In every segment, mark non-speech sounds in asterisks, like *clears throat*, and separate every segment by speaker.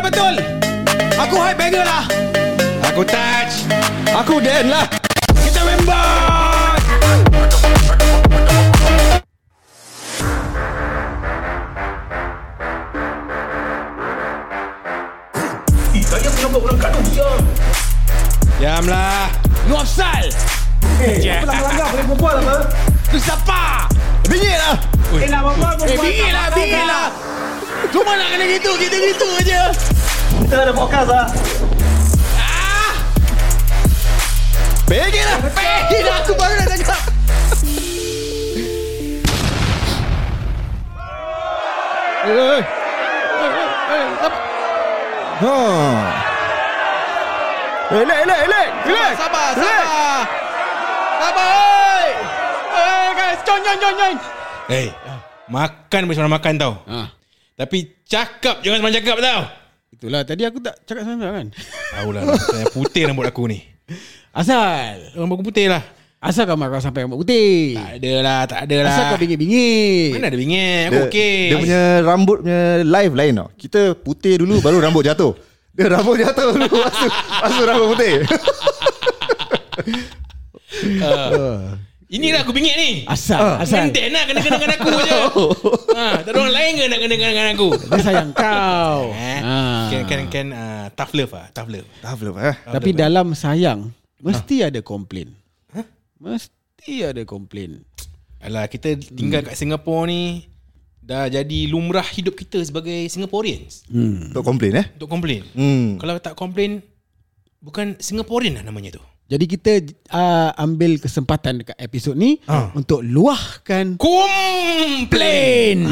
Speaker 1: betul Aku high banger lah Aku touch Aku Dan lah Kita member Diam lah Nuaf Sal
Speaker 2: Eh, Apa nak melanggar Boleh berbual apa
Speaker 1: Tu siapa Bingit lah
Speaker 2: Eh nak berbual
Speaker 1: Eh
Speaker 2: berbual
Speaker 1: bingit lah Bingit lah Cuma nak kena gitu Kita gitu je
Speaker 2: Kita ada podcast lah
Speaker 1: Ah Bingit lah Bingit lah Aku baru nak cakap Eh, eh, eh, eh, apa?
Speaker 3: Ha. Elek, elek, elek. Elek.
Speaker 1: Sabar,
Speaker 3: elek.
Speaker 1: sabar. Sabar, oi. Oi, guys. Join, join, join, join.
Speaker 4: Hey, Eh, makan boleh sembarang makan tau.
Speaker 1: Ah,
Speaker 4: Tapi cakap jangan sembarang cakap tau.
Speaker 1: itulah. Tadi aku tak cakap sama kan?
Speaker 4: Tahu lah saya putih rambut aku ni.
Speaker 1: Asal.
Speaker 4: Rambut aku putih lah.
Speaker 1: Asal kau marah sampai rambut putih?
Speaker 4: Tak ada lah, tak ada lah.
Speaker 1: Asal kau bingit-bingit?
Speaker 4: Mana ada bingit?
Speaker 3: Dia,
Speaker 4: Aku okey.
Speaker 3: dia punya rambut punya live lain tau. Kita putih dulu baru rambut jatuh. Dia rambut jatuh dulu lepas tu, lepas tu rambut putih.
Speaker 4: Ini lah aku bingit ni.
Speaker 1: Asal, asal. Oh.
Speaker 4: Asal. Menden lah kena kena dengan
Speaker 1: *laughs*
Speaker 4: aku je. ha, tak ada orang lain ke nak kena kena dengan aku.
Speaker 1: Dia sayang kau.
Speaker 4: *laughs* Eh,
Speaker 1: Ah.
Speaker 4: Can can can uh, tough love ah, tough love.
Speaker 3: *laughs* Dah belum eh.
Speaker 1: Tapi dalam sayang,
Speaker 4: Ah.
Speaker 1: mesti ada komplain. Mesti ada komplain.
Speaker 4: Alah kita tinggal
Speaker 1: Hmm.
Speaker 4: kat Singapura ni dah jadi lumrah hidup kita sebagai Singaporeans
Speaker 1: Hmm.
Speaker 3: Untuk komplain eh.
Speaker 4: untuk komplain.
Speaker 3: Hmm.
Speaker 4: Kalau tak komplain bukan Singaporean lah namanya tu.
Speaker 1: Jadi kita uh, ambil kesempatan dekat episod ni
Speaker 4: Ah.
Speaker 1: untuk luahkan
Speaker 4: Komplain.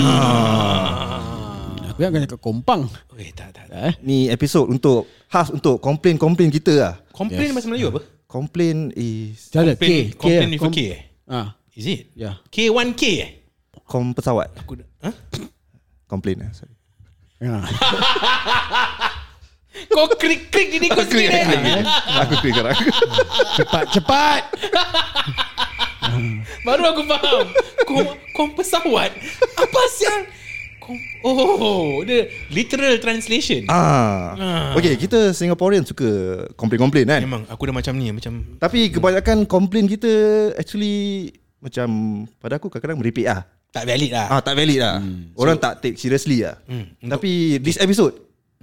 Speaker 1: aku yang cakap kompang.
Speaker 4: Okey, tak tak. tak.
Speaker 1: Eh?
Speaker 3: Ni episod untuk khas untuk komplain-komplain kita lah.
Speaker 4: Komplain yes. bahasa Melayu apa?
Speaker 3: Complain is
Speaker 1: Cara K,
Speaker 4: Komplain,
Speaker 1: K,
Speaker 4: komplain with a
Speaker 1: kom-
Speaker 4: K eh?
Speaker 1: Ah,
Speaker 4: Is it?
Speaker 1: ya.
Speaker 4: K1K eh?
Speaker 3: kom pesawat.
Speaker 4: Aku dah- ha?
Speaker 3: Complain eh. Sorry.
Speaker 1: Yeah.
Speaker 4: Kau krik-krik diri kau sendiri. eh?
Speaker 3: Aku klik sekarang.
Speaker 1: cepat, cepat.
Speaker 4: Baru aku faham. Kom, kom pesawat. Apa siang? Kom, oh, the literal translation.
Speaker 3: ah. Okay, kita Singaporean suka komplain-komplain kan.
Speaker 4: Memang aku dah macam ni, macam
Speaker 3: Tapi kebanyakan komplain kita actually macam pada aku kadang-kadang meripik lah.
Speaker 4: tak valid lah.
Speaker 3: Ah tak valid lah. Hmm. Orang so, tak take seriously lah. Hmm,
Speaker 4: Hmm, untuk-
Speaker 3: Tapi this episode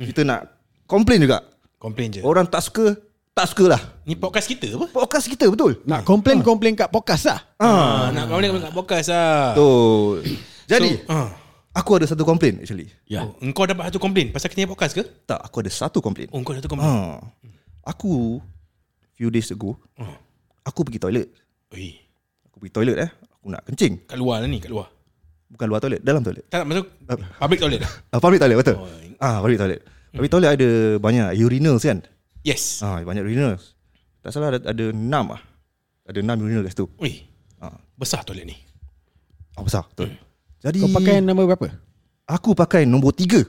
Speaker 3: hmm. kita nak complain juga.
Speaker 4: Komplain je.
Speaker 3: Orang tak suka tak sukalah.
Speaker 4: Ni podcast kita apa?
Speaker 3: Podcast kita betul.
Speaker 1: Nak komplain-komplain kat podcast lah.
Speaker 4: Ah, nak kau nak podcast ah.
Speaker 3: Betul. Jadi so,
Speaker 4: Ah.
Speaker 3: aku ada satu komplain actually.
Speaker 1: Ya.
Speaker 4: Oh, engkau dapat satu komplain pasal kita ni podcast ke?
Speaker 3: Tak, aku ada satu komplain.
Speaker 4: Oh, engkau ada satu komplain.
Speaker 3: Ha. Aku few days ago
Speaker 4: Hmm.
Speaker 3: aku pergi toilet.
Speaker 4: Oi,
Speaker 3: Aku pergi toilet eh. Aku nak kencing.
Speaker 4: kat luar lah ni, kat luar.
Speaker 3: Bukan luar toilet, dalam toilet.
Speaker 4: Tak, tak masuk public toilet lah.
Speaker 3: Ah, public toilet betul.
Speaker 4: Oh. Hmm.
Speaker 3: Ah, public toilet. Public toilet ada banyak urinals kan?
Speaker 4: Yes.
Speaker 3: Ah, banyak urinals. Tak salah ada, ada 6 ah. Ada 6 urinal kat situ.
Speaker 4: Ui,
Speaker 3: Ah,
Speaker 4: besar toilet ni.
Speaker 3: ah besar betul. Jadi
Speaker 1: Kau pakai nombor berapa?
Speaker 3: aku pakai nombor 3.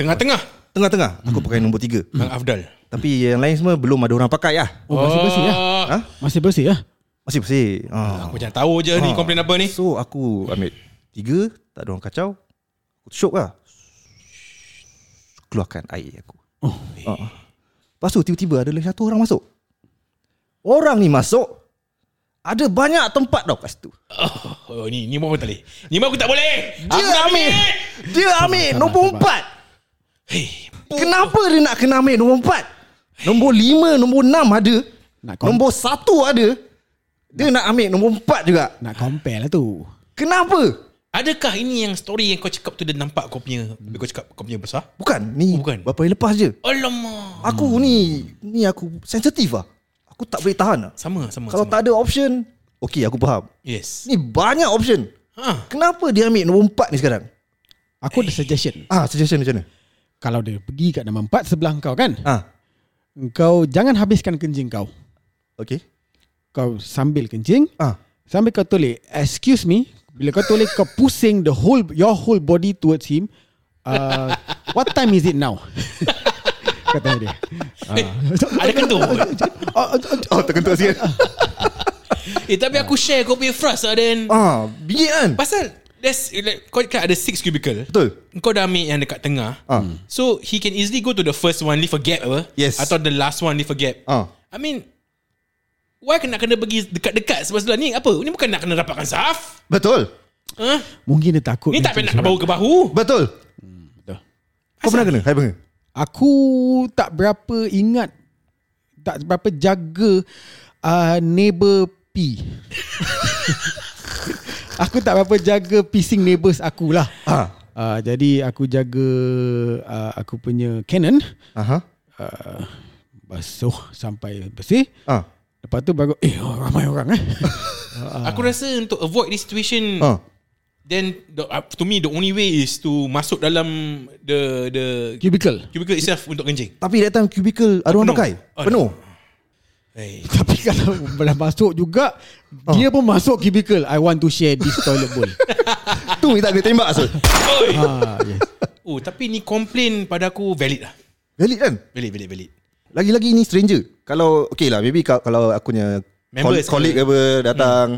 Speaker 4: Tengah-tengah
Speaker 3: Ah. Tengah-tengah aku pakai nombor 3.
Speaker 4: Bang Afdal.
Speaker 3: Tapi yang lain semua belum ada orang pakai ah.
Speaker 1: Oh, masih bersih lah.
Speaker 4: Ah,
Speaker 3: Ha?
Speaker 1: Masih bersih lah.
Speaker 3: Masih bersih. Ah.
Speaker 4: Aku macam tahu je ni komplain apa ni.
Speaker 3: So aku ambil 3, tak ada orang kacau. Aku syok lah. Keluarkan air aku.
Speaker 1: Oh.
Speaker 3: Ah. Lepas tu tiba-tiba ada lagi satu orang masuk. Orang ni masuk ada banyak tempat tau kat situ.
Speaker 4: Oh, ni ni mau aku tak boleh. Ni mau aku tak boleh.
Speaker 3: Dia
Speaker 4: tak
Speaker 3: ambil
Speaker 4: boleh.
Speaker 3: Dia ambil nombor empat
Speaker 4: Hei.
Speaker 3: Kenapa dia nak kena ambil nombor empat Nombor lima Nombor enam ada
Speaker 1: Nak kom-
Speaker 3: Nombor satu ada Dia nak ambil nombor empat juga
Speaker 1: Nak compare lah tu.
Speaker 3: Kenapa
Speaker 4: Adakah ini yang story yang kau cakap tu dia nampak kau punya hmm. kau cakap kau punya besar?
Speaker 3: Bukan ni
Speaker 4: Oh, bukan.
Speaker 3: Berapa hari lepas je
Speaker 4: Alamak.
Speaker 3: Aku ni Ni aku sensitif lah Aku tak boleh tahan lah
Speaker 4: Sama sama.
Speaker 3: Kalau
Speaker 4: sama.
Speaker 3: tak ada option Okay aku faham
Speaker 4: Yes.
Speaker 3: Ni banyak option
Speaker 4: Ha.
Speaker 3: Kenapa dia ambil nombor empat ni sekarang
Speaker 1: Aku ada suggestion.
Speaker 3: Ah suggestion macam mana
Speaker 1: Kalau dia pergi kat nombor 4 sebelah kau kan,
Speaker 4: Ha.
Speaker 3: Ah
Speaker 1: kau jangan habiskan kencing kau.
Speaker 3: Okay
Speaker 1: Kau sambil kencing,
Speaker 3: Ah
Speaker 4: Ha.
Speaker 1: sambil kau tulis, excuse me, bila kau tulis kau pusing the whole your whole body towards him. Uh,
Speaker 4: *laughs*
Speaker 1: what time is it now? *laughs* Kata dia.
Speaker 4: Ada kan
Speaker 3: *laughs*
Speaker 4: kentu.
Speaker 3: Oh, oh terkentuk sikit
Speaker 4: eh tapi aku share kau punya frust lah Dan.
Speaker 3: Ah bingit kan
Speaker 4: Pasal There's like, Kau kan ada six cubicle
Speaker 3: Betul.
Speaker 4: Kau dah ambil yang dekat tengah
Speaker 3: Ah.
Speaker 4: So he can easily go to the first one Leave a gap apa
Speaker 3: Yes.
Speaker 4: Atau the last one Leave a gap
Speaker 3: Ah.
Speaker 4: I mean Why kena kena pergi dekat-dekat sebab sebelah ni apa? Ni bukan nak kena rapatkan saf.
Speaker 3: Betul.
Speaker 4: Huh?
Speaker 1: *laughs* Mungkin dia takut
Speaker 4: Ni tak payah nak bahu ke bahu.
Speaker 3: Betul. Kau pernah kena? Hai pernah.
Speaker 1: Aku tak berapa ingat Tak berapa jaga uh, Neighbor P *laughs* Aku tak berapa jaga Pissing neighbours aku lah
Speaker 3: Ah.
Speaker 1: uh, Jadi aku jaga uh, Aku punya Canon
Speaker 3: Aha.
Speaker 1: uh, Basuh sampai bersih
Speaker 3: Ah.
Speaker 1: Lepas tu baru Eh oh, ramai orang eh
Speaker 4: Aku rasa untuk avoid this situation
Speaker 3: Ah.
Speaker 4: then the, uh, to me the only way is to masuk dalam the the
Speaker 1: *laughs* Cubicle
Speaker 4: cubicle itself untuk kencing.
Speaker 3: Tapi that time cubicle ada orang
Speaker 4: Penuh.
Speaker 3: pakai.
Speaker 4: Ada.
Speaker 3: Penuh.
Speaker 4: Hey.
Speaker 1: Tapi kalau Bila masuk juga Dia pun masuk cubicle I want to share this toilet bowl
Speaker 3: Tu kita boleh tembak asal.
Speaker 1: Ah, yes.
Speaker 4: Oh, tapi ni complain pada aku valid lah.
Speaker 3: Valid kan?
Speaker 4: Valid, valid, valid.
Speaker 3: Lagi-lagi ni stranger. Kalau okay lah maybe ka- kalau aku punya Members
Speaker 4: Members
Speaker 3: Hmm. colleague
Speaker 4: ke?
Speaker 3: apa datang.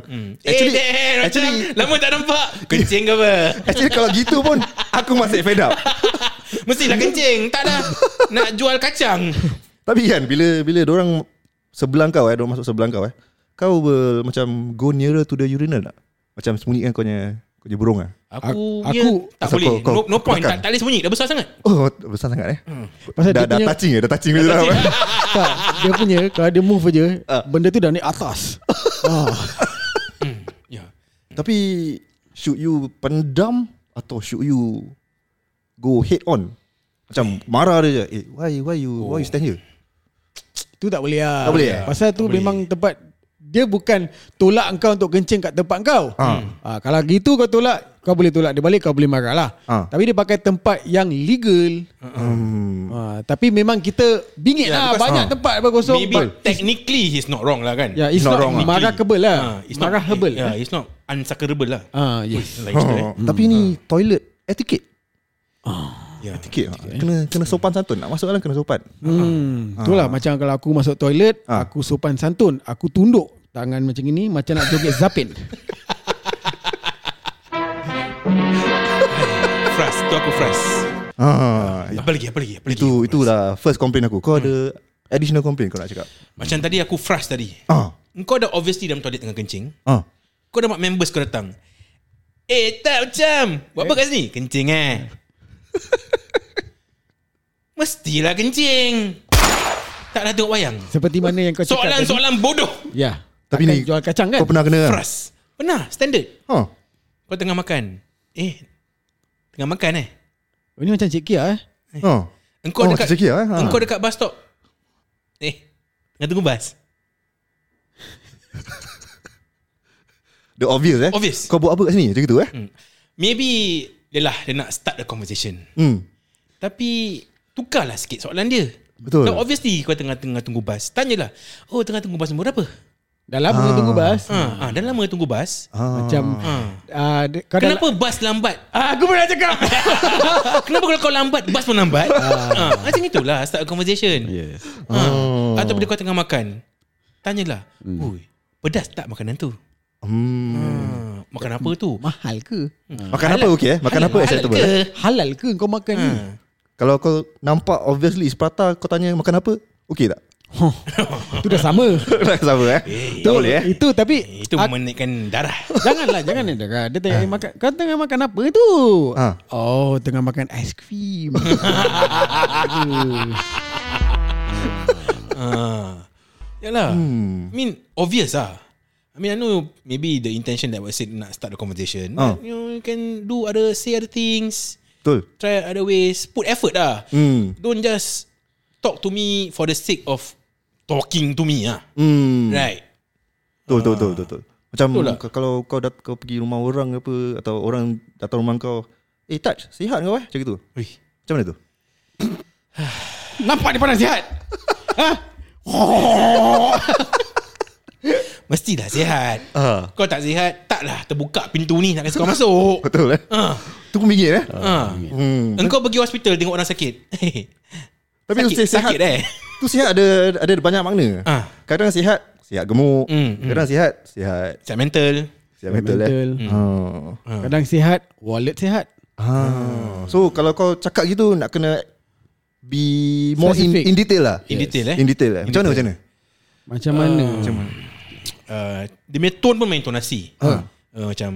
Speaker 3: Actually,
Speaker 4: eh, Dan,
Speaker 3: actually,
Speaker 4: macam lama tak nampak. Kencing ke apa?
Speaker 3: actually kalau gitu pun aku masih fed up.
Speaker 4: Mestilah kencing. Tak dah. Nak jual kacang.
Speaker 3: Tapi kan bila bila orang sebelah kau eh, orang masuk sebelah kau eh, kau ber, macam go nearer to the urinal tak? Macam sembunyikan kau punya kau punya burung ah.
Speaker 1: Aku-
Speaker 4: Aku, aku, tak
Speaker 3: Asal
Speaker 4: boleh.
Speaker 3: kau- kau-
Speaker 4: no, no
Speaker 3: kau
Speaker 4: point.
Speaker 3: tekan.
Speaker 4: Tak, tak boleh sembunyi. Dah besar sangat.
Speaker 3: Oh, besar sangat eh. Hmm.
Speaker 1: Pasal dia
Speaker 3: dah, dah
Speaker 1: punya-
Speaker 3: touching eh, dah touching dah touching.
Speaker 1: Tak, dia punya kalau dia move aja, benda tu dah naik atas. Ah,
Speaker 4: Ya.
Speaker 3: Tapi should you pendam atau should you go head on? Macam marah dia je. Eh, why why you oh. why you stand here?
Speaker 1: tu tak boleh lah.
Speaker 3: Tak boleh eh?
Speaker 1: Pasal tu memang tempat dia bukan tolak engkau untuk kencing kat tempat kau.
Speaker 3: Ah.
Speaker 1: Ah, kalau gitu kau tolak, kau boleh tolak dia balik, kau boleh marah lah.
Speaker 3: Ah.
Speaker 1: Tapi dia pakai tempat yang legal.
Speaker 3: Hmm.
Speaker 1: Ah, tapi memang kita bingit
Speaker 4: Ya,
Speaker 1: lah
Speaker 4: because-
Speaker 1: banyak
Speaker 3: Ah.
Speaker 1: tempat apa kosong.
Speaker 4: Maybe technically he's not wrong lah kan.
Speaker 1: Ya, yeah, it's not,
Speaker 3: wrong lah.
Speaker 1: marah kebel lah.
Speaker 4: Ah, it's
Speaker 1: marah
Speaker 4: not,
Speaker 1: kebel.
Speaker 4: Yeah, it's not unsuckerable lah.
Speaker 1: Ah, yes.
Speaker 4: Like itu,
Speaker 1: *laughs*
Speaker 4: eh.
Speaker 3: Oh. Tapi ni toilet etiquette.
Speaker 4: Ya.
Speaker 3: Etiquette. ah. Kena kena sopan santun. Nak masuk dalam kena sopan. Ha.
Speaker 1: Hmm, itulah macam kalau aku masuk toilet,
Speaker 3: Ah.
Speaker 1: aku sopan santun, aku tunduk tangan macam ini macam nak joget
Speaker 4: *laughs*
Speaker 1: zapin.
Speaker 4: Fras, tu aku fras.
Speaker 3: Ah,
Speaker 4: Apa lagi? Apa lagi? Apa lagi?
Speaker 3: itu itulah first complaint aku. Kau ada additional complaint kau nak cakap?
Speaker 4: Macam tadi aku fras tadi.
Speaker 3: Ah.
Speaker 4: Kau dah obviously dalam toilet tengah kencing.
Speaker 3: Ah.
Speaker 4: Kau dah mak members kau datang. Eh, tak macam. Buat apa kat sini? Kencing
Speaker 1: *laughs*
Speaker 4: eh. Mestilah kencing. Tak dah tengok wayang.
Speaker 1: Seperti mana yang kau cakap tadi.
Speaker 4: Soalan-soalan bodoh.
Speaker 1: Ya.
Speaker 3: Tapi
Speaker 1: Akan
Speaker 3: ni
Speaker 1: jual kacang kan?
Speaker 3: Kau pernah kena? Kan?
Speaker 4: Fras. Pernah, standard.
Speaker 3: Ha.
Speaker 4: Kau tengah makan. Eh, tengah makan eh.
Speaker 1: Ini macam Cik Kia eh.
Speaker 3: Ha.
Speaker 4: Engkau
Speaker 3: Oh,
Speaker 4: dekat
Speaker 3: macam Zeki lah, eh? Ha.
Speaker 4: Engkau dekat bus stop. Eh, tengah tunggu bus.
Speaker 3: The obvious eh.
Speaker 4: Obvious.
Speaker 3: Kau buat apa kat sini? Macam gitu eh.
Speaker 4: Maybe Yelah dia nak start the conversation
Speaker 3: Hmm.
Speaker 4: Tapi Tukarlah sikit soalan dia
Speaker 3: Betul.
Speaker 4: Now obviously Kau tengah-tengah tunggu bas Tanyalah Oh tengah-tunggu bas nombor berapa
Speaker 1: Dah lama ah. tunggu bas.
Speaker 4: ha, ha, Dah lama tunggu bas
Speaker 3: Ah.
Speaker 1: Macam ah. de- kau
Speaker 4: Kenapa bas lambat ah, Aku pernah cakap *laughs* Kenapa kalau kau lambat Bas pun lambat ah. Macam itulah Start a conversation
Speaker 1: Yes.
Speaker 4: ha.
Speaker 3: Oh.
Speaker 4: Atau bila kau tengah makan Tanyalah hmm. Pedas tak makanan tu
Speaker 3: Hmm.
Speaker 4: ha, Makan apa tu
Speaker 1: Mahal ke?
Speaker 3: Makan apa okey eh? Makan apa
Speaker 4: Halal
Speaker 3: acceptable?
Speaker 4: ke?
Speaker 3: eh?
Speaker 1: Halal ke kau makan ni?
Speaker 3: Hmm. Kalau kau nampak obviously is prata kau tanya makan apa? Okey tak? *laughs*
Speaker 1: Itu dah sama.
Speaker 3: Sama eh. Tak boleh eh.
Speaker 1: Itu tapi
Speaker 4: Itu
Speaker 1: ak-
Speaker 4: memenikkan
Speaker 3: *laughs*
Speaker 4: darah
Speaker 1: janganlah jangan ada. dah. Dia tengah makan kau tengah makan apa tu?
Speaker 3: Ah.
Speaker 1: Oh, tengah makan ais krim.
Speaker 3: *laughs*
Speaker 4: Ah. Yalah. Hmm. I mean obvious lah. I mean I know maybe the intention that was said nak start the conversation.
Speaker 3: Ah.
Speaker 4: But, you know you can do other say other things,
Speaker 3: Betul.
Speaker 4: try other ways, put effort lah.
Speaker 3: Hmm.
Speaker 4: Don't just talk to me for the sake of talking to me ah.
Speaker 3: Hmm.
Speaker 4: Right.
Speaker 3: Betul betul betul betul. betul. Macam
Speaker 4: Ah. Betul tak?
Speaker 3: k- kalau kau dat- kau pergi rumah orang ke apa atau orang datang rumah kau, "Eh, touch, sihat kau eh?" Macam gitu.
Speaker 4: Wih.
Speaker 3: Macam mana tu?
Speaker 1: Nampak dia pandang sihat.
Speaker 4: Mestilah sihat.
Speaker 3: Ah.
Speaker 4: Kau tak sihat, taklah terbuka pintu ni nak kasi kau masuk.
Speaker 3: Betul eh?
Speaker 4: Ah.
Speaker 3: Tu kau minggir eh?
Speaker 4: Ah.
Speaker 3: Hmm.
Speaker 4: Engkau pergi hospital tengok orang sakit. *laughs*
Speaker 3: Tapi tu
Speaker 4: sakit,
Speaker 3: sihat.
Speaker 4: sakit eh.
Speaker 3: Tu sihat ada ada banyak makna.
Speaker 4: Ah.
Speaker 3: Kadang sihat, sihat gemuk.
Speaker 4: Hmm,
Speaker 3: Kadang sihat, sihat
Speaker 4: Sakit mental.
Speaker 3: Sihat mental,
Speaker 1: Mental.
Speaker 3: eh. Hmm.
Speaker 4: Ah.
Speaker 1: Kadang sihat Wallet sihat
Speaker 3: Ah. So kalau kau cakap gitu nak kena be more in,
Speaker 1: Specific.
Speaker 3: in detail lah.
Speaker 4: In detail, eh?
Speaker 3: In detail lah. Macam mana macam mana?
Speaker 1: Macam mana
Speaker 3: Ah.
Speaker 1: Macam mana
Speaker 4: uh, dia punya tone pun main tonasi.
Speaker 3: Ha.
Speaker 4: Uh, macam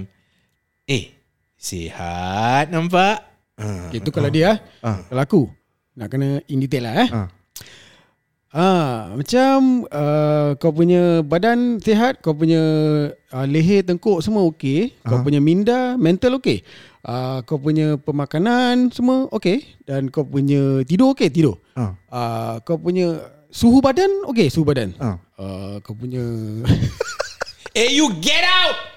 Speaker 4: eh sihat nampak? Uh,
Speaker 1: Itu kalau dia eh.
Speaker 3: Ah.
Speaker 1: Kalau aku Nak kena in detail lah eh
Speaker 3: Ah.
Speaker 1: Ah, macam uh, kau punya badan sihat, kau punya uh, leher tengkuk semua okey,
Speaker 3: Ah.
Speaker 1: kau punya minda mental okey. Uh, kau punya pemakanan semua okey dan kau punya tidur okey tidur.
Speaker 3: Ah.
Speaker 1: Uh, kau punya suhu badan okey suhu badan.
Speaker 3: Ah.
Speaker 1: Uh, kau punya *laughs*
Speaker 4: Eh you get out!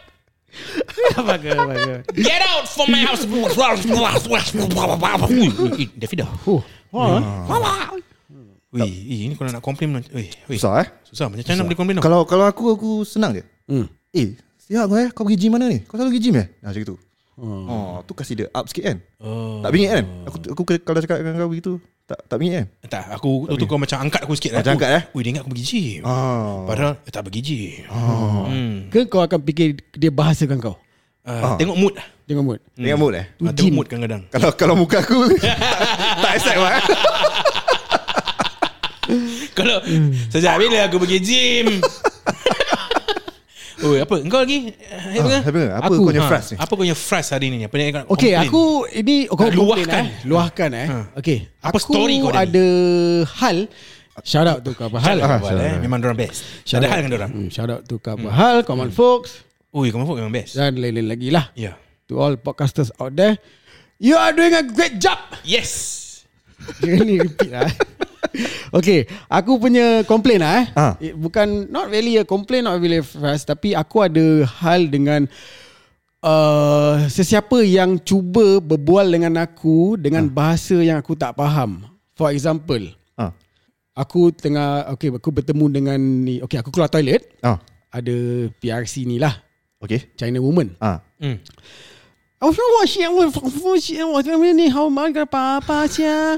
Speaker 1: bagus bagus.
Speaker 4: Get out from my house! *laughs* Eh, Davida.
Speaker 1: Oh, wah.
Speaker 4: Ha. Ui, eh, ini kalau nak komplain ui, ui.
Speaker 3: Hmm. Susah eh?
Speaker 4: Susah macam mana nak boleh komplain tau?
Speaker 3: Kalau kalau aku aku senang je.
Speaker 1: Hmm.
Speaker 3: Eh, sihat kau eh? Kau pergi gym mana ni? Kau selalu pergi gym eh? Nah, macam gitu.
Speaker 1: Hmm.
Speaker 3: Oh, tu kasih dia up sikit kan?
Speaker 4: Oh.
Speaker 3: Tak bingit kan? Aku aku ke- kalau cakap dengan kau begitu, tak tak bingit kan?
Speaker 4: Tak, aku tu, tu kau macam angkat aku sikit lah.
Speaker 3: Macam
Speaker 4: Aku,
Speaker 3: angkat, eh?
Speaker 4: Ui, dia ingat aku pergi gym.
Speaker 3: Ah.
Speaker 4: Padahal eh, tak pergi gym. Oh. Hmm.
Speaker 1: Ke kau akan fikir dia bahasakan kau Ah.
Speaker 4: Uh, Tengok mood.
Speaker 1: dengan mood.
Speaker 3: Tengok mood eh?
Speaker 4: Ah, Tengok mood kadang-kadang.
Speaker 3: Kalau kalau muka aku
Speaker 1: *laughs*
Speaker 3: tak accept lah. eh.
Speaker 4: Kalau sejak bila aku pergi
Speaker 1: *laughs*
Speaker 4: gym. Oi, apa? Engkau lagi? Eh,
Speaker 3: Ah, Apa
Speaker 4: Abang?
Speaker 3: apa
Speaker 1: Aku,
Speaker 3: kau punya
Speaker 4: Ah,
Speaker 3: frust ni?
Speaker 4: Apa kau punya frust hari ni? Apa yang kau nak
Speaker 1: Okay,
Speaker 4: complain?
Speaker 1: aku ini oh, kau
Speaker 4: Nak
Speaker 1: complain
Speaker 4: luahkan.
Speaker 1: eh. Luahkan eh.
Speaker 4: Ha.
Speaker 1: Okay.
Speaker 4: Apa
Speaker 1: aku
Speaker 4: story kau ada ni?
Speaker 1: ada hal Shout out to Kak Bahal.
Speaker 4: Ah, Abang, eh. Memang dorang best. Tak ada hal dengan dorang.
Speaker 1: Hmm, shout out to Kak Bahal, Common Folks
Speaker 4: Ui, kamu pun memang best.
Speaker 1: dan lain-lain lagi lah.
Speaker 4: Ya.
Speaker 1: To all podcasters out there, you are doing a great job.
Speaker 4: Yes.
Speaker 1: Dia ni repeat lah. eh. Okay, aku punya complain lah eh.
Speaker 3: Ha.
Speaker 1: It, bukan, not really a complain, not really a fuss, tapi aku ada hal dengan uh, sesiapa yang cuba berbual dengan aku dengan bahasa yang aku tak faham. For example,
Speaker 3: Ah.
Speaker 1: aku tengah, okay, aku bertemu dengan ni, okay, aku keluar toilet,
Speaker 3: Ah.
Speaker 1: ada PRC ni lah,
Speaker 3: Okay.
Speaker 1: China woman.
Speaker 3: Ah.
Speaker 4: Hmm.
Speaker 1: 我说我先我父亲，我这边你好忙个爸爸先。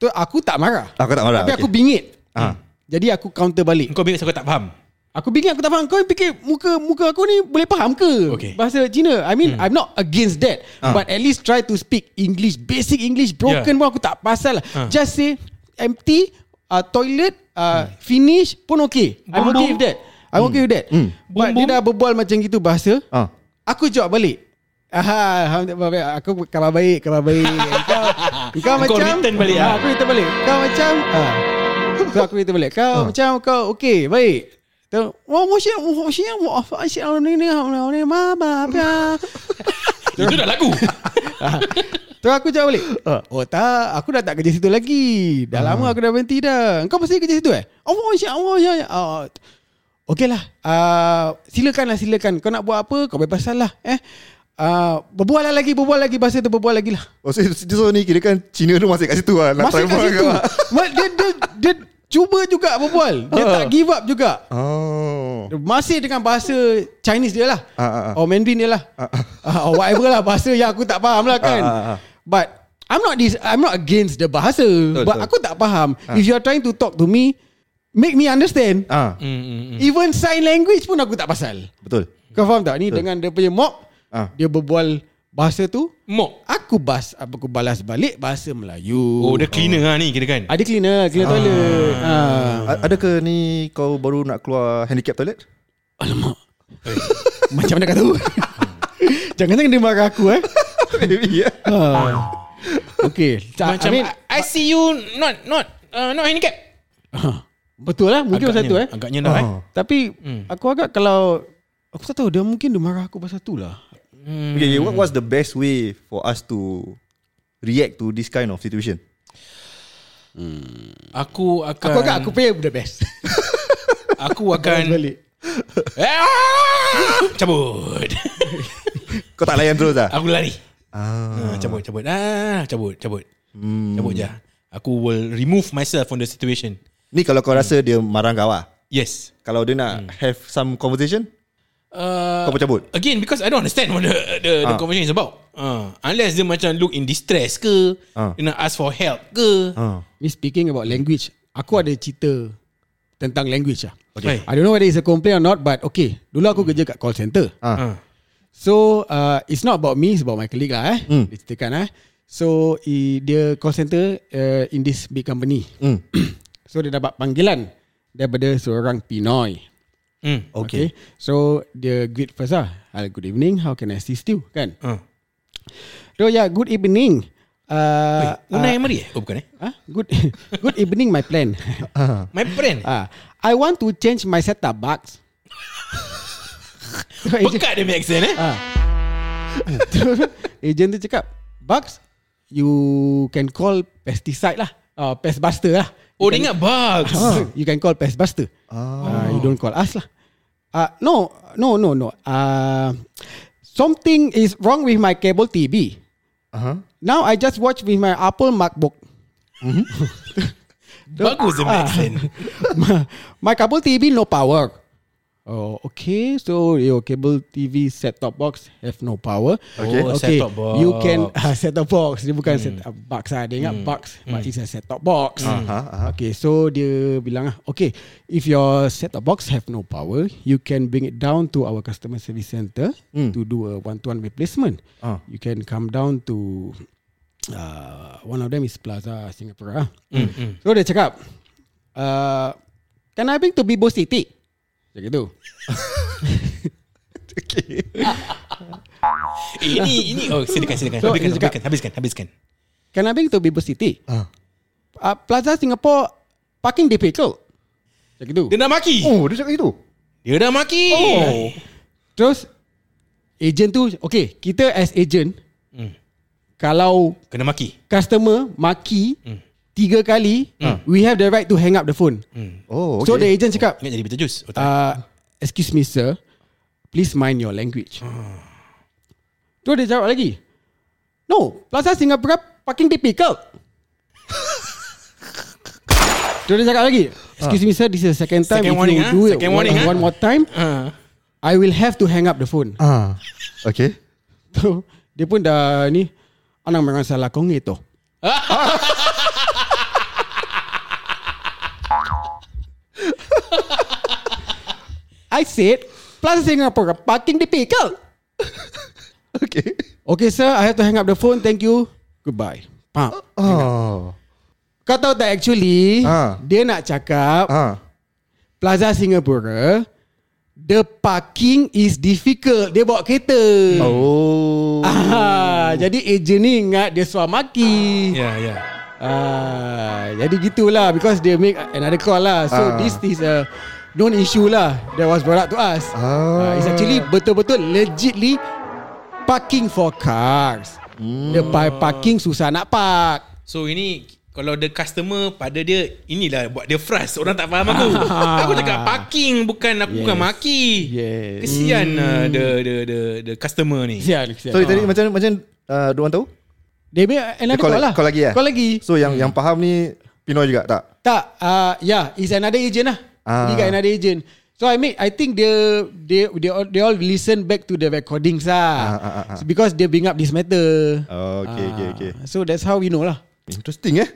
Speaker 1: Tu aku tak marah.
Speaker 3: Ah, kau tak marah.
Speaker 1: Tapi
Speaker 3: okay.
Speaker 1: aku bingit.
Speaker 3: Ah.
Speaker 1: Jadi aku counter balik.
Speaker 4: Engkau bingit aku tak
Speaker 1: *laughs*
Speaker 4: faham.
Speaker 1: Aku bingit aku tak faham kau fikir muka muka aku ni boleh faham ke
Speaker 4: Okay.
Speaker 1: bahasa Cina. I mean I'm not against that but at least try to speak English basic English broken
Speaker 4: Yeah.
Speaker 1: pun aku tak pasal lah. Just say empty uh, toilet uh, finish pun okay. I'm okay
Speaker 4: Bum bum.
Speaker 1: with that. I'm okay with that. But
Speaker 4: Bum
Speaker 1: dia
Speaker 4: bum.
Speaker 1: dah berbual macam gitu bahasa.
Speaker 3: Ah.
Speaker 1: Aku jawab balik. Aha, alhamdulillah baik. aku khabar baik, khabar baik. Kau, kau
Speaker 4: Kau
Speaker 1: macam
Speaker 4: return balik,
Speaker 1: Ah,
Speaker 4: ah.
Speaker 1: aku return balik. Kau macam ah. So aku return balik. Kau macam kau okey, baik. Tu, wah, wah, siap, wah, siap, wah, siap, ni, ni, ni, mama, apa.
Speaker 4: Itu dah
Speaker 1: *laughs*
Speaker 4: lagu.
Speaker 1: Tu aku jawab balik. Oh tak, aku dah tak kerja situ lagi. Dah lama aku dah berhenti dah. Kau masih kerja situ eh? Oh, oh, insya Allah, insya Allah. Oh, Okey lah. Uh, silakanlah, silakan. Kau nak buat apa, kau bebas lah. Eh? Uh, berbual lah lagi, berbual lagi. Bahasa tu berbual lagi lah.
Speaker 3: Oh, so, so ni kira kan Cina tu masih kat situ lah. nak
Speaker 1: Masih kat
Speaker 3: travel
Speaker 1: situ.
Speaker 3: lah.
Speaker 1: Ma- dia, dia, dia cuba juga berbual. Dia tak give up juga.
Speaker 3: Oh.
Speaker 1: Masih dengan bahasa Chinese dia lah
Speaker 3: Ah, ah, ah.
Speaker 1: Or Mandarin dia lah Or whatever lah Bahasa yang aku tak faham lah kan
Speaker 3: Ah, ah, ah.
Speaker 1: But I'm not this, I'm not against the bahasa But
Speaker 3: betul.
Speaker 1: aku tak faham If you are trying to talk to me Make me understand
Speaker 3: Ah,
Speaker 4: Hmm, hmm, hmm.
Speaker 1: Even sign language pun aku tak pasal
Speaker 3: betul.
Speaker 1: Kau faham tak ni Dengan dia punya mock
Speaker 3: Ah.
Speaker 1: Dia berbual bahasa tu
Speaker 4: Mok.
Speaker 1: Aku bas, aku balas balik bahasa Melayu
Speaker 4: Oh, dia cleaner lah ni kira kan.
Speaker 1: Ada cleaner Cleaner toilet ah.
Speaker 3: A- Adakah ni kau baru nak keluar handicap toilet?
Speaker 1: Alamak *laughs* Macam mana kau tahu Jangan-jangan dia marah aku eh
Speaker 3: Maybe ya.
Speaker 1: Ah. Okay tak,
Speaker 4: Macam
Speaker 1: I mean,
Speaker 4: I, I see you not not uh, not handicap.
Speaker 1: Betul lah Mungkin pasal
Speaker 4: Agaknya-
Speaker 1: tu eh
Speaker 4: Agaknya dah eh.
Speaker 1: Tapi Aku agak kalau Aku tak tahu Dia mungkin dia marah aku pasal tu lah
Speaker 3: Okay, what was the best way for us to react to this kind of situation?
Speaker 4: Aku akan
Speaker 1: Aku agak aku pay the best
Speaker 4: aku akan
Speaker 1: Balik
Speaker 4: Ah! cabut.
Speaker 3: Kau tak layan terus
Speaker 4: *laughs*
Speaker 3: lah?
Speaker 4: aku lari. Ah. cabut cabut. Ah, cabut cabut. Hmm. Cabut je. Aku will remove myself from the situation.
Speaker 3: Ni kalau kau rasa dia marah kau lah.
Speaker 4: Yes.
Speaker 3: Kalau dia nak have some conversation,
Speaker 4: Uh,
Speaker 3: kau pun cabut.
Speaker 4: Again because I don't understand what the the, the
Speaker 3: Ah.
Speaker 4: conversation is about. Uh, unless dia macam look in distress ke,
Speaker 3: Ah.
Speaker 4: dia nak ask for help ke.
Speaker 3: Ah.
Speaker 1: Ni speaking about language Aku ada cerita Tentang language lah
Speaker 4: Okay.
Speaker 1: I don't know whether it's a complaint or not But okay Dulu aku kerja kat call center
Speaker 3: Ah.
Speaker 1: So uh, It's not about me It's about my colleague lah eh
Speaker 3: Hmm.
Speaker 1: Dia ceritakan eh So i, Dia call center uh, In this big company
Speaker 3: Hmm.
Speaker 1: *clears throat* So dia dapat panggilan Daripada seorang Pinoy
Speaker 4: Hmm.
Speaker 1: Okay, okay. So Dia greet first lah "Hi, Good evening How can I assist you Kan
Speaker 4: Ah.
Speaker 1: So yeah Good evening
Speaker 4: Wait,
Speaker 1: uh,
Speaker 4: Una Emery eh? Oh bukan eh?
Speaker 1: Ah, good *laughs* good evening my plan.
Speaker 4: My friend.
Speaker 1: *laughs* Ah, I want to change my setup box. *laughs* so, agent,
Speaker 4: Pekat dia punya accent eh?
Speaker 1: *laughs* agent tu cakap, "Bugs, you can call pesticide lah. Uh, pest buster lah.
Speaker 4: Oh dia ingat bugs.
Speaker 1: You can call pest buster. Ah, you don't call us lah. Ah, no, no, no, no. Ah, something is wrong with my cable TV.
Speaker 3: Aha.
Speaker 1: Now I just watch with my Apple MacBook.
Speaker 4: Bagus dia punya accent.
Speaker 1: *laughs* my, my cable TV no power. Oh, okay. So your cable TV set top box have no power.
Speaker 4: Okay. Oh, set-top box. Hmm.
Speaker 1: You can *laughs* uh, set top box. Dia bukan set top box lah. Dia ingat box, but it's a set top box.
Speaker 3: aha.
Speaker 1: Okay, so dia bilang ah, okay, if your set top box have no power, you can bring it down to our customer service center to do a one to one replacement.
Speaker 3: Ah.
Speaker 1: You can come down to uh, one of them is Plaza Singapura.
Speaker 4: Hmm,
Speaker 1: Mm, So dia cakap, uh, can I bring to Bibo City? Macam gitu.
Speaker 4: Eh, ini ini oh silakan silakan.
Speaker 1: So,
Speaker 4: habiskan,
Speaker 1: dia cakap-
Speaker 4: habiskan habiskan habiskan.
Speaker 1: Can I bring to Bibo City?
Speaker 3: Ah.
Speaker 1: Uh, Plaza Singapore parking difficult. Macam gitu.
Speaker 4: Dia dah maki.
Speaker 3: Oh, dia cakap itu.
Speaker 4: Dia dah maki. Oh.
Speaker 1: Terus agent tu, okay, kita as agent, kalau
Speaker 4: Kena maki.
Speaker 1: customer maki tiga kali, we have the right to hang up the phone.
Speaker 3: Oh,
Speaker 1: So
Speaker 3: okay.
Speaker 1: the agent cakap,
Speaker 4: Ingat jadi bitter jus. Oh, tak.
Speaker 1: uh, excuse me sir, please mind your language.
Speaker 4: Ah.
Speaker 1: Tu dia jawab lagi. No, Plaza Singapura parking difficult. Tu dia cakap lagi. Excuse me sir, this is the second time.
Speaker 4: Ah. Second
Speaker 1: If
Speaker 4: warning,
Speaker 1: you
Speaker 4: ah.
Speaker 1: do it
Speaker 4: Second
Speaker 1: one,
Speaker 4: warning, ah.
Speaker 1: one more time,
Speaker 4: Ah.
Speaker 1: I will have to hang up the phone.
Speaker 3: Ah. Okay.
Speaker 1: Tu dia pun dah ni anak memang salah kong itu. I said Plaza Singapura parking difficult.
Speaker 3: Okay.
Speaker 1: Okay sir, I have to hang up the phone. Thank you. Goodbye. Pak.
Speaker 3: Oh.
Speaker 1: Kau tahu tak actually
Speaker 3: Ah.
Speaker 1: dia nak cakap
Speaker 3: Ah.
Speaker 1: Plaza Singapura the parking is difficult. Dia bawa kereta.
Speaker 3: Oh.
Speaker 1: Ah, jadi ejen ni ingat dia suar maki.
Speaker 4: Ya ya.
Speaker 1: Ah, jadi gitulah because they make another call lah. So
Speaker 3: Ah.
Speaker 1: this is a known issue lah that was brought up to us.
Speaker 3: Ah.
Speaker 1: Ah, it's actually betul-betul legitly parking for cars.
Speaker 3: Hmm.
Speaker 1: The pa- parking susah nak park.
Speaker 4: So ini kalau the customer pada dia inilah buat dia frust. Orang tak faham *laughs* aku.
Speaker 1: Ah.
Speaker 4: aku cakap parking bukan aku yes. bukan
Speaker 1: Yes.
Speaker 4: maki.
Speaker 1: Yes.
Speaker 4: Kesian uh, the the the the customer ni.
Speaker 1: Kesian, kesian.
Speaker 3: So tadi macam macam uh, diorang tahu?
Speaker 1: they make another
Speaker 3: Dia call-
Speaker 1: call, lah.
Speaker 3: call lagi, eh?
Speaker 1: Call lagi.
Speaker 3: So yang yang faham ni Pinoy juga tak?
Speaker 1: Tak, uh, yeah, it's another agent lah.
Speaker 3: Ah.
Speaker 1: Ah. He got another agent. So I make, I think they they they all, they all listen back to the recordings lah,
Speaker 3: Ah, ah, ah, ah.
Speaker 1: So because they bring up this matter. Ah,
Speaker 3: Oh, okay, okay, okay.
Speaker 1: So that's how we know lah.
Speaker 3: Interesting eh?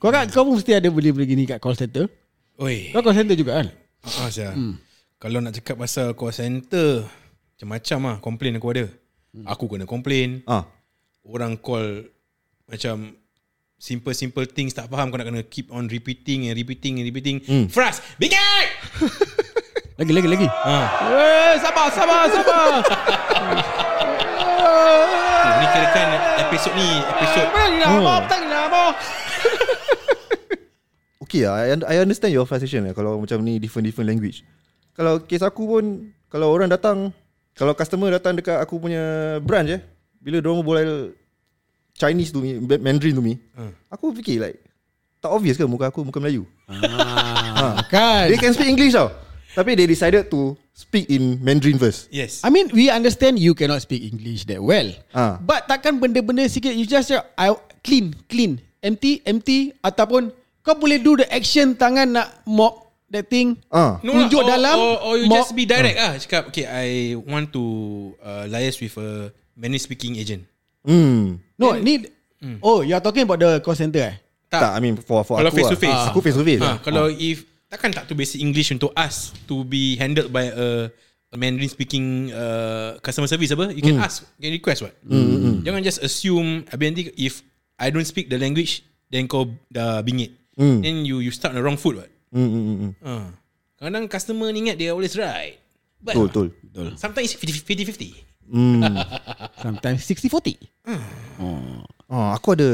Speaker 1: Kau kan, kau pun mesti ada boleh boleh gini kat call center.
Speaker 4: Oi.
Speaker 1: Kau call center juga kan?
Speaker 4: Ah, Syah. Kalau nak cakap pasal call center, macam-macam lah komplain aku ada. Aku kena komplain.
Speaker 3: Ah.
Speaker 4: Orang call macam simple-simple things tak faham kau nak kena keep on repeating and repeating and repeating. Mm. Frust! Bingit!
Speaker 1: Lagi lagi lagi.
Speaker 4: ha.
Speaker 1: Eh, sabar sabar sabar.
Speaker 4: Ni kira kan episod ni, episod
Speaker 1: Nama tak nama.
Speaker 3: Okay lah I, un- I understand your frustration lah Kalau macam ni Different-different language Kalau kes aku pun Kalau orang datang Kalau customer datang Dekat aku punya Branch eh Bila diorang boleh Chinese to me Ma- Mandarin to me
Speaker 4: Hmm.
Speaker 3: Aku fikir like Tak obvious ke Muka aku muka Melayu
Speaker 1: Ah, kan.
Speaker 3: They can speak English tau Tapi they decided to Speak in Mandarin first
Speaker 4: Yes.
Speaker 1: I mean we understand you cannot speak English that well.
Speaker 3: Ah.
Speaker 1: But takkan benda-benda sikit you just cakap, I clean clean empty empty ataupun kau boleh do the action tangan nak mop that thing.
Speaker 3: Ah.
Speaker 1: tunjuk
Speaker 4: lah, or,
Speaker 1: dalam,
Speaker 4: or, or you
Speaker 1: mop.
Speaker 4: just be direct ah cakap okay I want to uh, liaise with a Mandarin speaking agent.
Speaker 3: Hmm
Speaker 1: No, ni
Speaker 4: Hmm.
Speaker 1: Oh, you are talking about the call center eh?
Speaker 3: tak, I mean for, for
Speaker 4: Kalau
Speaker 3: aku
Speaker 4: face to
Speaker 3: lah.
Speaker 4: face.
Speaker 3: Aku face to face lah.
Speaker 4: Ha, kalau if takkan tak tu basic English untuk us to be handled by a, a Mandarin speaking uh, customer service apa you can
Speaker 3: Hmm.
Speaker 4: mm. ask you can request what mm. jangan just assume habis nanti if I don't speak the language then kau dah bingit mm.
Speaker 3: Hmm.
Speaker 4: then you you start on the wrong foot what
Speaker 3: Mm, mm, mm, mm.
Speaker 4: uh. kadang customer ni ingat dia always right but
Speaker 3: Betul, betul.
Speaker 4: sometimes it's 50-50
Speaker 1: Sometimes 60-40
Speaker 3: Oh, aku ada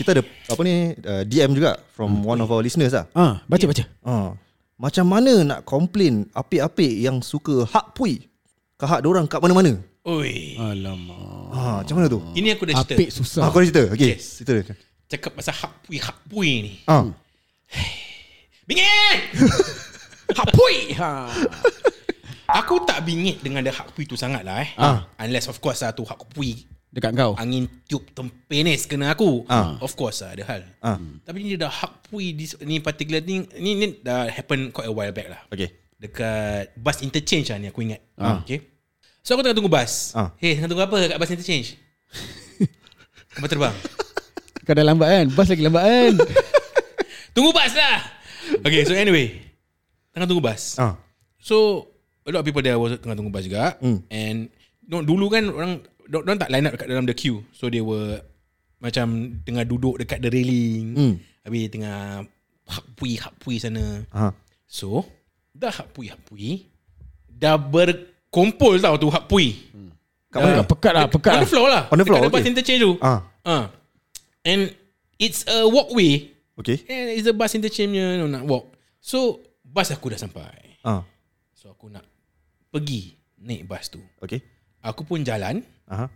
Speaker 3: kita ada apa ni uh, DM juga
Speaker 4: Hmm.
Speaker 3: from one of our listeners lah.
Speaker 1: Ah, Baca baca
Speaker 3: Ha. Macam mana nak complain apik-apik yang suka hak pui ke hak dorang kat mana-mana?
Speaker 4: Oi.
Speaker 1: Alamak
Speaker 3: Ha, macam mana tu?
Speaker 4: Ini aku dah cerita.
Speaker 1: Apik
Speaker 3: Ah,
Speaker 1: susah
Speaker 3: kau ada cerita? Okay,
Speaker 4: Yes.
Speaker 3: cerita dia.
Speaker 4: Cakap pasal hapui hapui ni.
Speaker 3: Ha.
Speaker 1: Hmm.
Speaker 3: *laughs*
Speaker 4: Bingit! hapui! Ha. Aku tak bingit dengan ada hapui tu sangat lah eh.
Speaker 1: Ah.
Speaker 4: Unless of course lah tu hapui.
Speaker 1: Dekat kau
Speaker 4: Angin tiup tempenis kena aku.
Speaker 3: Ah.
Speaker 4: Of course lah ada hal.
Speaker 3: Ah.
Speaker 4: Tapi ni dah hapui this, ni particular thing. Ni, ni dah happen quite a while back lah.
Speaker 3: Okay.
Speaker 4: Dekat bus interchange lah ni aku ingat. Okay. So aku tengah tunggu bus.
Speaker 3: Ah.
Speaker 4: Hey, tengah tunggu apa kat bus interchange? Kapal terbang.
Speaker 1: Kau dah lambat kan Bas lagi lambat kan
Speaker 4: Tunggu bas lah Okay so anyway Tengah tunggu bas
Speaker 3: Ha.
Speaker 4: So A lot of people there was Tengah tunggu bas juga
Speaker 3: Hmm.
Speaker 4: And no, Dulu kan orang dor- Orang tak line up Dekat dalam the queue So they were Macam Tengah duduk dekat the railing
Speaker 3: Hmm.
Speaker 4: Habis tengah Hapui Hapui sana
Speaker 3: Ha.
Speaker 4: So Dah hapui hapui Dah berkumpul tau tu hapui
Speaker 3: Kat
Speaker 1: Ah,
Speaker 3: mana?
Speaker 1: Pekat lah Pekat
Speaker 4: On
Speaker 1: lah
Speaker 4: the floor lah
Speaker 3: On the floor,
Speaker 4: Dekat the bus
Speaker 3: okay.
Speaker 4: interchange tu
Speaker 3: Ha.
Speaker 4: Ah. And It's a walkway
Speaker 3: Okay.
Speaker 4: And it's a bus interchange punya, you know, nak walk. So, bus aku dah sampai.
Speaker 3: Ha.
Speaker 4: So, aku nak pergi naik bus tu.
Speaker 3: Okay.
Speaker 4: Aku pun jalan.
Speaker 3: Aha.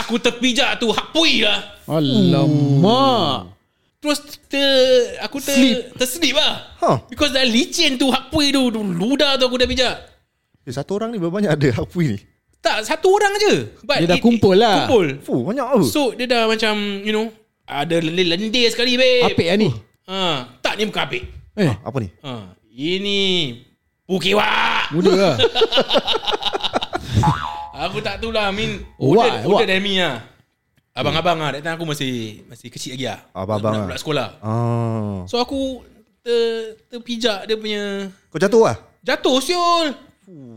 Speaker 4: Aku terpijak tu. Hapui lah.
Speaker 1: Alamak
Speaker 4: Terus ter, aku ter,
Speaker 1: Sleep. Ha.
Speaker 4: tersedip lah.
Speaker 3: Huh.
Speaker 4: Because dah licin tu hapui tu. tu Ludah tu aku dah pijak.
Speaker 3: Eh, satu orang ni berapa banyak ada hak pui ni?
Speaker 4: Tak, satu orang je. But
Speaker 1: Dia dah kumpul lah.
Speaker 4: Kumpul.
Speaker 3: Fuh, banyak apa?
Speaker 4: So, dia dah macam, you know, ada lendir-lendir sekali, babe.
Speaker 1: Apik lah ni
Speaker 4: Ha, tak, ni bukan apik.
Speaker 1: Eh
Speaker 3: apa ni?
Speaker 4: Ha, ini pukiwak.
Speaker 1: Muda lah
Speaker 4: Aku tak tahu lah I mean
Speaker 1: Oh,
Speaker 4: Older,
Speaker 1: wak,
Speaker 4: older
Speaker 1: wak.
Speaker 4: than me lah Abang-abang lah That time aku masih Masih kecil lagi lah
Speaker 3: Abang-abang
Speaker 4: Nak
Speaker 3: lah.
Speaker 4: budak sekolah
Speaker 3: Ah.
Speaker 4: So aku ter, Terpijak dia punya
Speaker 3: Kau jatuh ah?
Speaker 4: Jatuh siul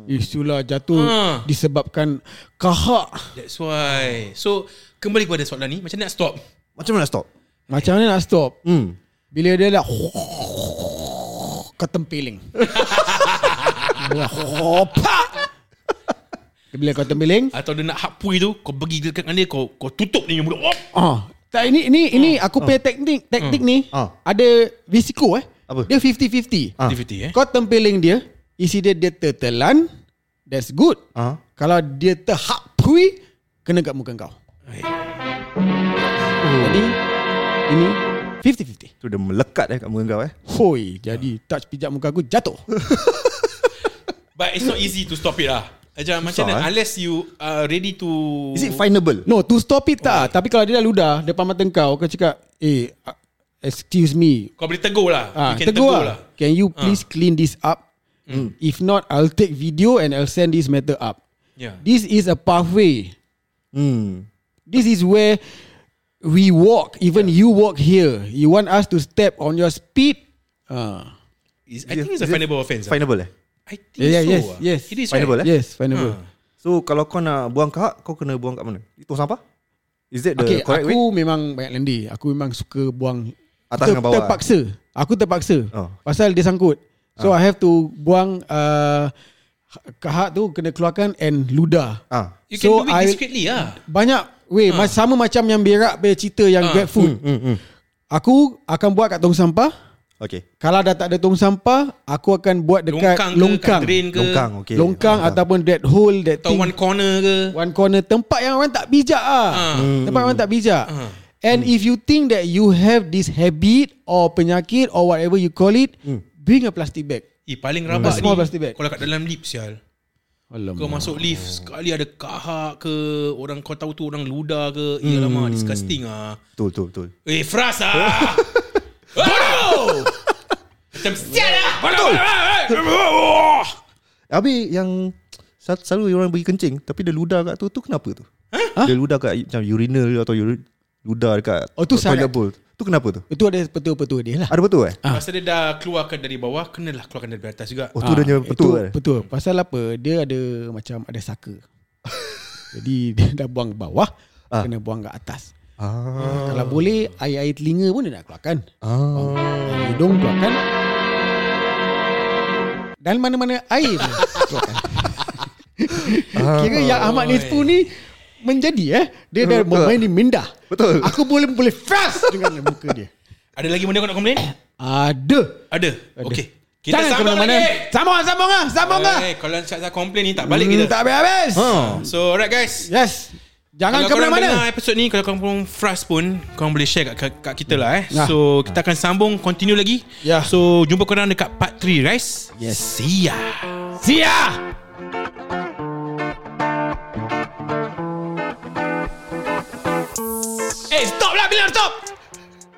Speaker 1: Isulah jatuh
Speaker 3: Ha.
Speaker 4: Ah.
Speaker 1: Disebabkan Kahak
Speaker 4: That's why So Kembali kepada soalan ni Macam mana nak stop
Speaker 3: Macam mana nak stop?
Speaker 1: Macam mana nak stop
Speaker 3: Hmm.
Speaker 1: Bila dia dah Ketempiling Dia dah Hopak Bila kau tempiling
Speaker 4: Atau dia nak hapui tu Kau pergi dekat dengan dia Kau, kau tutup dia punya mulut oh,
Speaker 1: Ah, tak ini ini ini aku punya teknik teknik ni
Speaker 3: Ah.
Speaker 1: ada risiko eh.
Speaker 3: Apa?
Speaker 1: Dia 50-50.
Speaker 3: Ah.
Speaker 4: Activity eh
Speaker 1: Kau tempiling dia, isi dia dia tertelan, that's good.
Speaker 3: Ah.
Speaker 1: Kalau dia terhapui, kena kat muka kau. Oh.
Speaker 4: Eh.
Speaker 1: Jadi ini 50-50.
Speaker 3: Tu dia melekat eh kat muka kau eh.
Speaker 1: Hoi, jadi touch pijak muka aku jatuh. *laughs*
Speaker 4: But it's not easy to stop it lah Macam, macam
Speaker 3: Susah,
Speaker 4: mana
Speaker 3: eh.
Speaker 4: Unless you are ready to
Speaker 3: Is it finable?
Speaker 1: Oh. No, to stop it tak. Tapi kalau dia dah ludah depan mata kau, kau cakap, "Eh, ah, excuse me,
Speaker 4: Kau boleh tegur lah
Speaker 1: Ah,
Speaker 4: You can
Speaker 1: tegur
Speaker 4: tegur,
Speaker 1: lah. Hmm.
Speaker 4: lah
Speaker 1: Can you please clean this up? If not, I'll take video and I'll send this matter up.
Speaker 4: Yeah.
Speaker 1: This is a pathway.
Speaker 3: Hmm.
Speaker 1: This is where we walk. Even you walk here. You want us to step on your speed? Ah,
Speaker 4: It's- I think it's a finable offence lah.
Speaker 3: Finable eh?
Speaker 4: I think
Speaker 1: Yeah, yeah,
Speaker 4: so
Speaker 1: yes,
Speaker 4: ah.
Speaker 1: yes.
Speaker 4: It is
Speaker 3: Finable,
Speaker 4: right
Speaker 3: eh?
Speaker 1: yes, finable.
Speaker 3: So kalau kau nak buang kahak Kau kena buang kat mana Itu sampah Is that the
Speaker 1: Okay,
Speaker 3: okay,
Speaker 1: aku
Speaker 3: correct way
Speaker 1: memang banyak lendir. Aku memang suka buang
Speaker 3: Atas
Speaker 1: ter-
Speaker 3: dengan bawah.
Speaker 1: Terpaksa. Aku terpaksa.
Speaker 3: Oh. Ah.
Speaker 1: Pasal dia sangkut. So I have to buang uh, kahak tu kena keluarkan and ludah.
Speaker 3: Ah,
Speaker 4: You can
Speaker 1: So
Speaker 4: do it
Speaker 1: I'll-
Speaker 4: discreetly lah
Speaker 1: Banyak Weh ha.
Speaker 4: Ah.
Speaker 1: Sama macam yang berak Punya cerita yang ha. grab food
Speaker 3: hmm, hmm.
Speaker 1: Aku akan buat kat tong sampah
Speaker 3: Okay
Speaker 1: Kalau dah tak ada tong sampah Aku akan buat dekat
Speaker 4: Longkang ke
Speaker 1: Longkang
Speaker 4: kat drain ke
Speaker 3: Longkang okay.
Speaker 1: okay. Longkang ataupun that hole That
Speaker 4: Atau
Speaker 1: thing
Speaker 4: one corner ke
Speaker 1: One corner Tempat yang orang tak bijak ah.
Speaker 4: Ha.
Speaker 3: Hmm.
Speaker 1: Tempat orang tak bijak
Speaker 4: Ha.
Speaker 1: And if you think that you have this habit Or penyakit Or whatever you call it
Speaker 3: Hmm.
Speaker 1: Bring a plastic bag
Speaker 4: Eh paling rabak
Speaker 1: Small
Speaker 4: ni
Speaker 1: plastic bag.
Speaker 4: Kalau kat dalam lift sial Kau
Speaker 1: Alamak
Speaker 4: masuk lift Sekali ada kahak ke Orang kau tahu tu orang luda ke
Speaker 1: Hmm.
Speaker 4: Eh alamak disgusting ah
Speaker 3: Betul betul betul
Speaker 4: Eh fras ah
Speaker 1: *laughs*
Speaker 4: Aduh Macam sial lah Betul
Speaker 3: Habis yang sel- Selalu orang pergi kencing Tapi dia ludah kat tu Tu kenapa tu Dia ludah kat Macam urinal Atau uri, ludah dekat
Speaker 1: Oh, tu
Speaker 3: to- toilet
Speaker 1: syarat.
Speaker 3: bowl Tu kenapa tu?
Speaker 1: Itu ada petua-petua dia lah.
Speaker 3: Ada betul eh?
Speaker 1: Ah.
Speaker 4: Masa dia dah keluarkan dari bawah, kenalah keluarkan dari atas juga.
Speaker 3: Oh tu dah punya betul eh?
Speaker 1: Betul. Pasal apa? Dia ada macam ada
Speaker 3: *laughs*
Speaker 1: saka. Jadi dia dah buang ke bawah,
Speaker 3: Ah.
Speaker 1: kena buang ke atas.
Speaker 3: Ah.
Speaker 1: Kalau boleh air-air telinga pun dia nak keluarkan.
Speaker 3: Ah.
Speaker 1: Hidung keluarkan. Dan mana-mana air pun *laughs* keluarkan.
Speaker 3: Ah.
Speaker 1: Kira yang Ahmad Nisfu ni menjadi eh. Dia dah
Speaker 3: Betul.
Speaker 1: bermain di minda.
Speaker 3: Betul.
Speaker 1: Aku boleh boleh fast dengan muka dia.
Speaker 4: Ada lagi benda kau nak komplain?
Speaker 1: Ada.
Speaker 4: Ada.
Speaker 1: Ada.
Speaker 4: Okey. Kita
Speaker 1: Kita Jangan
Speaker 4: sambung
Speaker 1: sambung mana.
Speaker 4: lagi.
Speaker 1: Sambung ah, sambung ah, sambung ah.
Speaker 4: Eh, kalau nak nak komplain ni tak balik
Speaker 1: Hmm,
Speaker 4: kita.
Speaker 1: Tak habis-habis.
Speaker 4: So alright guys.
Speaker 1: Yes. Jangan ke
Speaker 4: kalau korang
Speaker 1: mana-mana.
Speaker 4: dengar episod ni Kalau korang frust pun Korang boleh share kat, kat, kat kita lah eh
Speaker 1: Nah.
Speaker 4: So kita akan sambung Continue lagi
Speaker 1: Ya.
Speaker 4: So jumpa korang dekat part 3 guys
Speaker 1: Yes.
Speaker 4: See ya
Speaker 1: See ya.
Speaker 4: Eh, lah,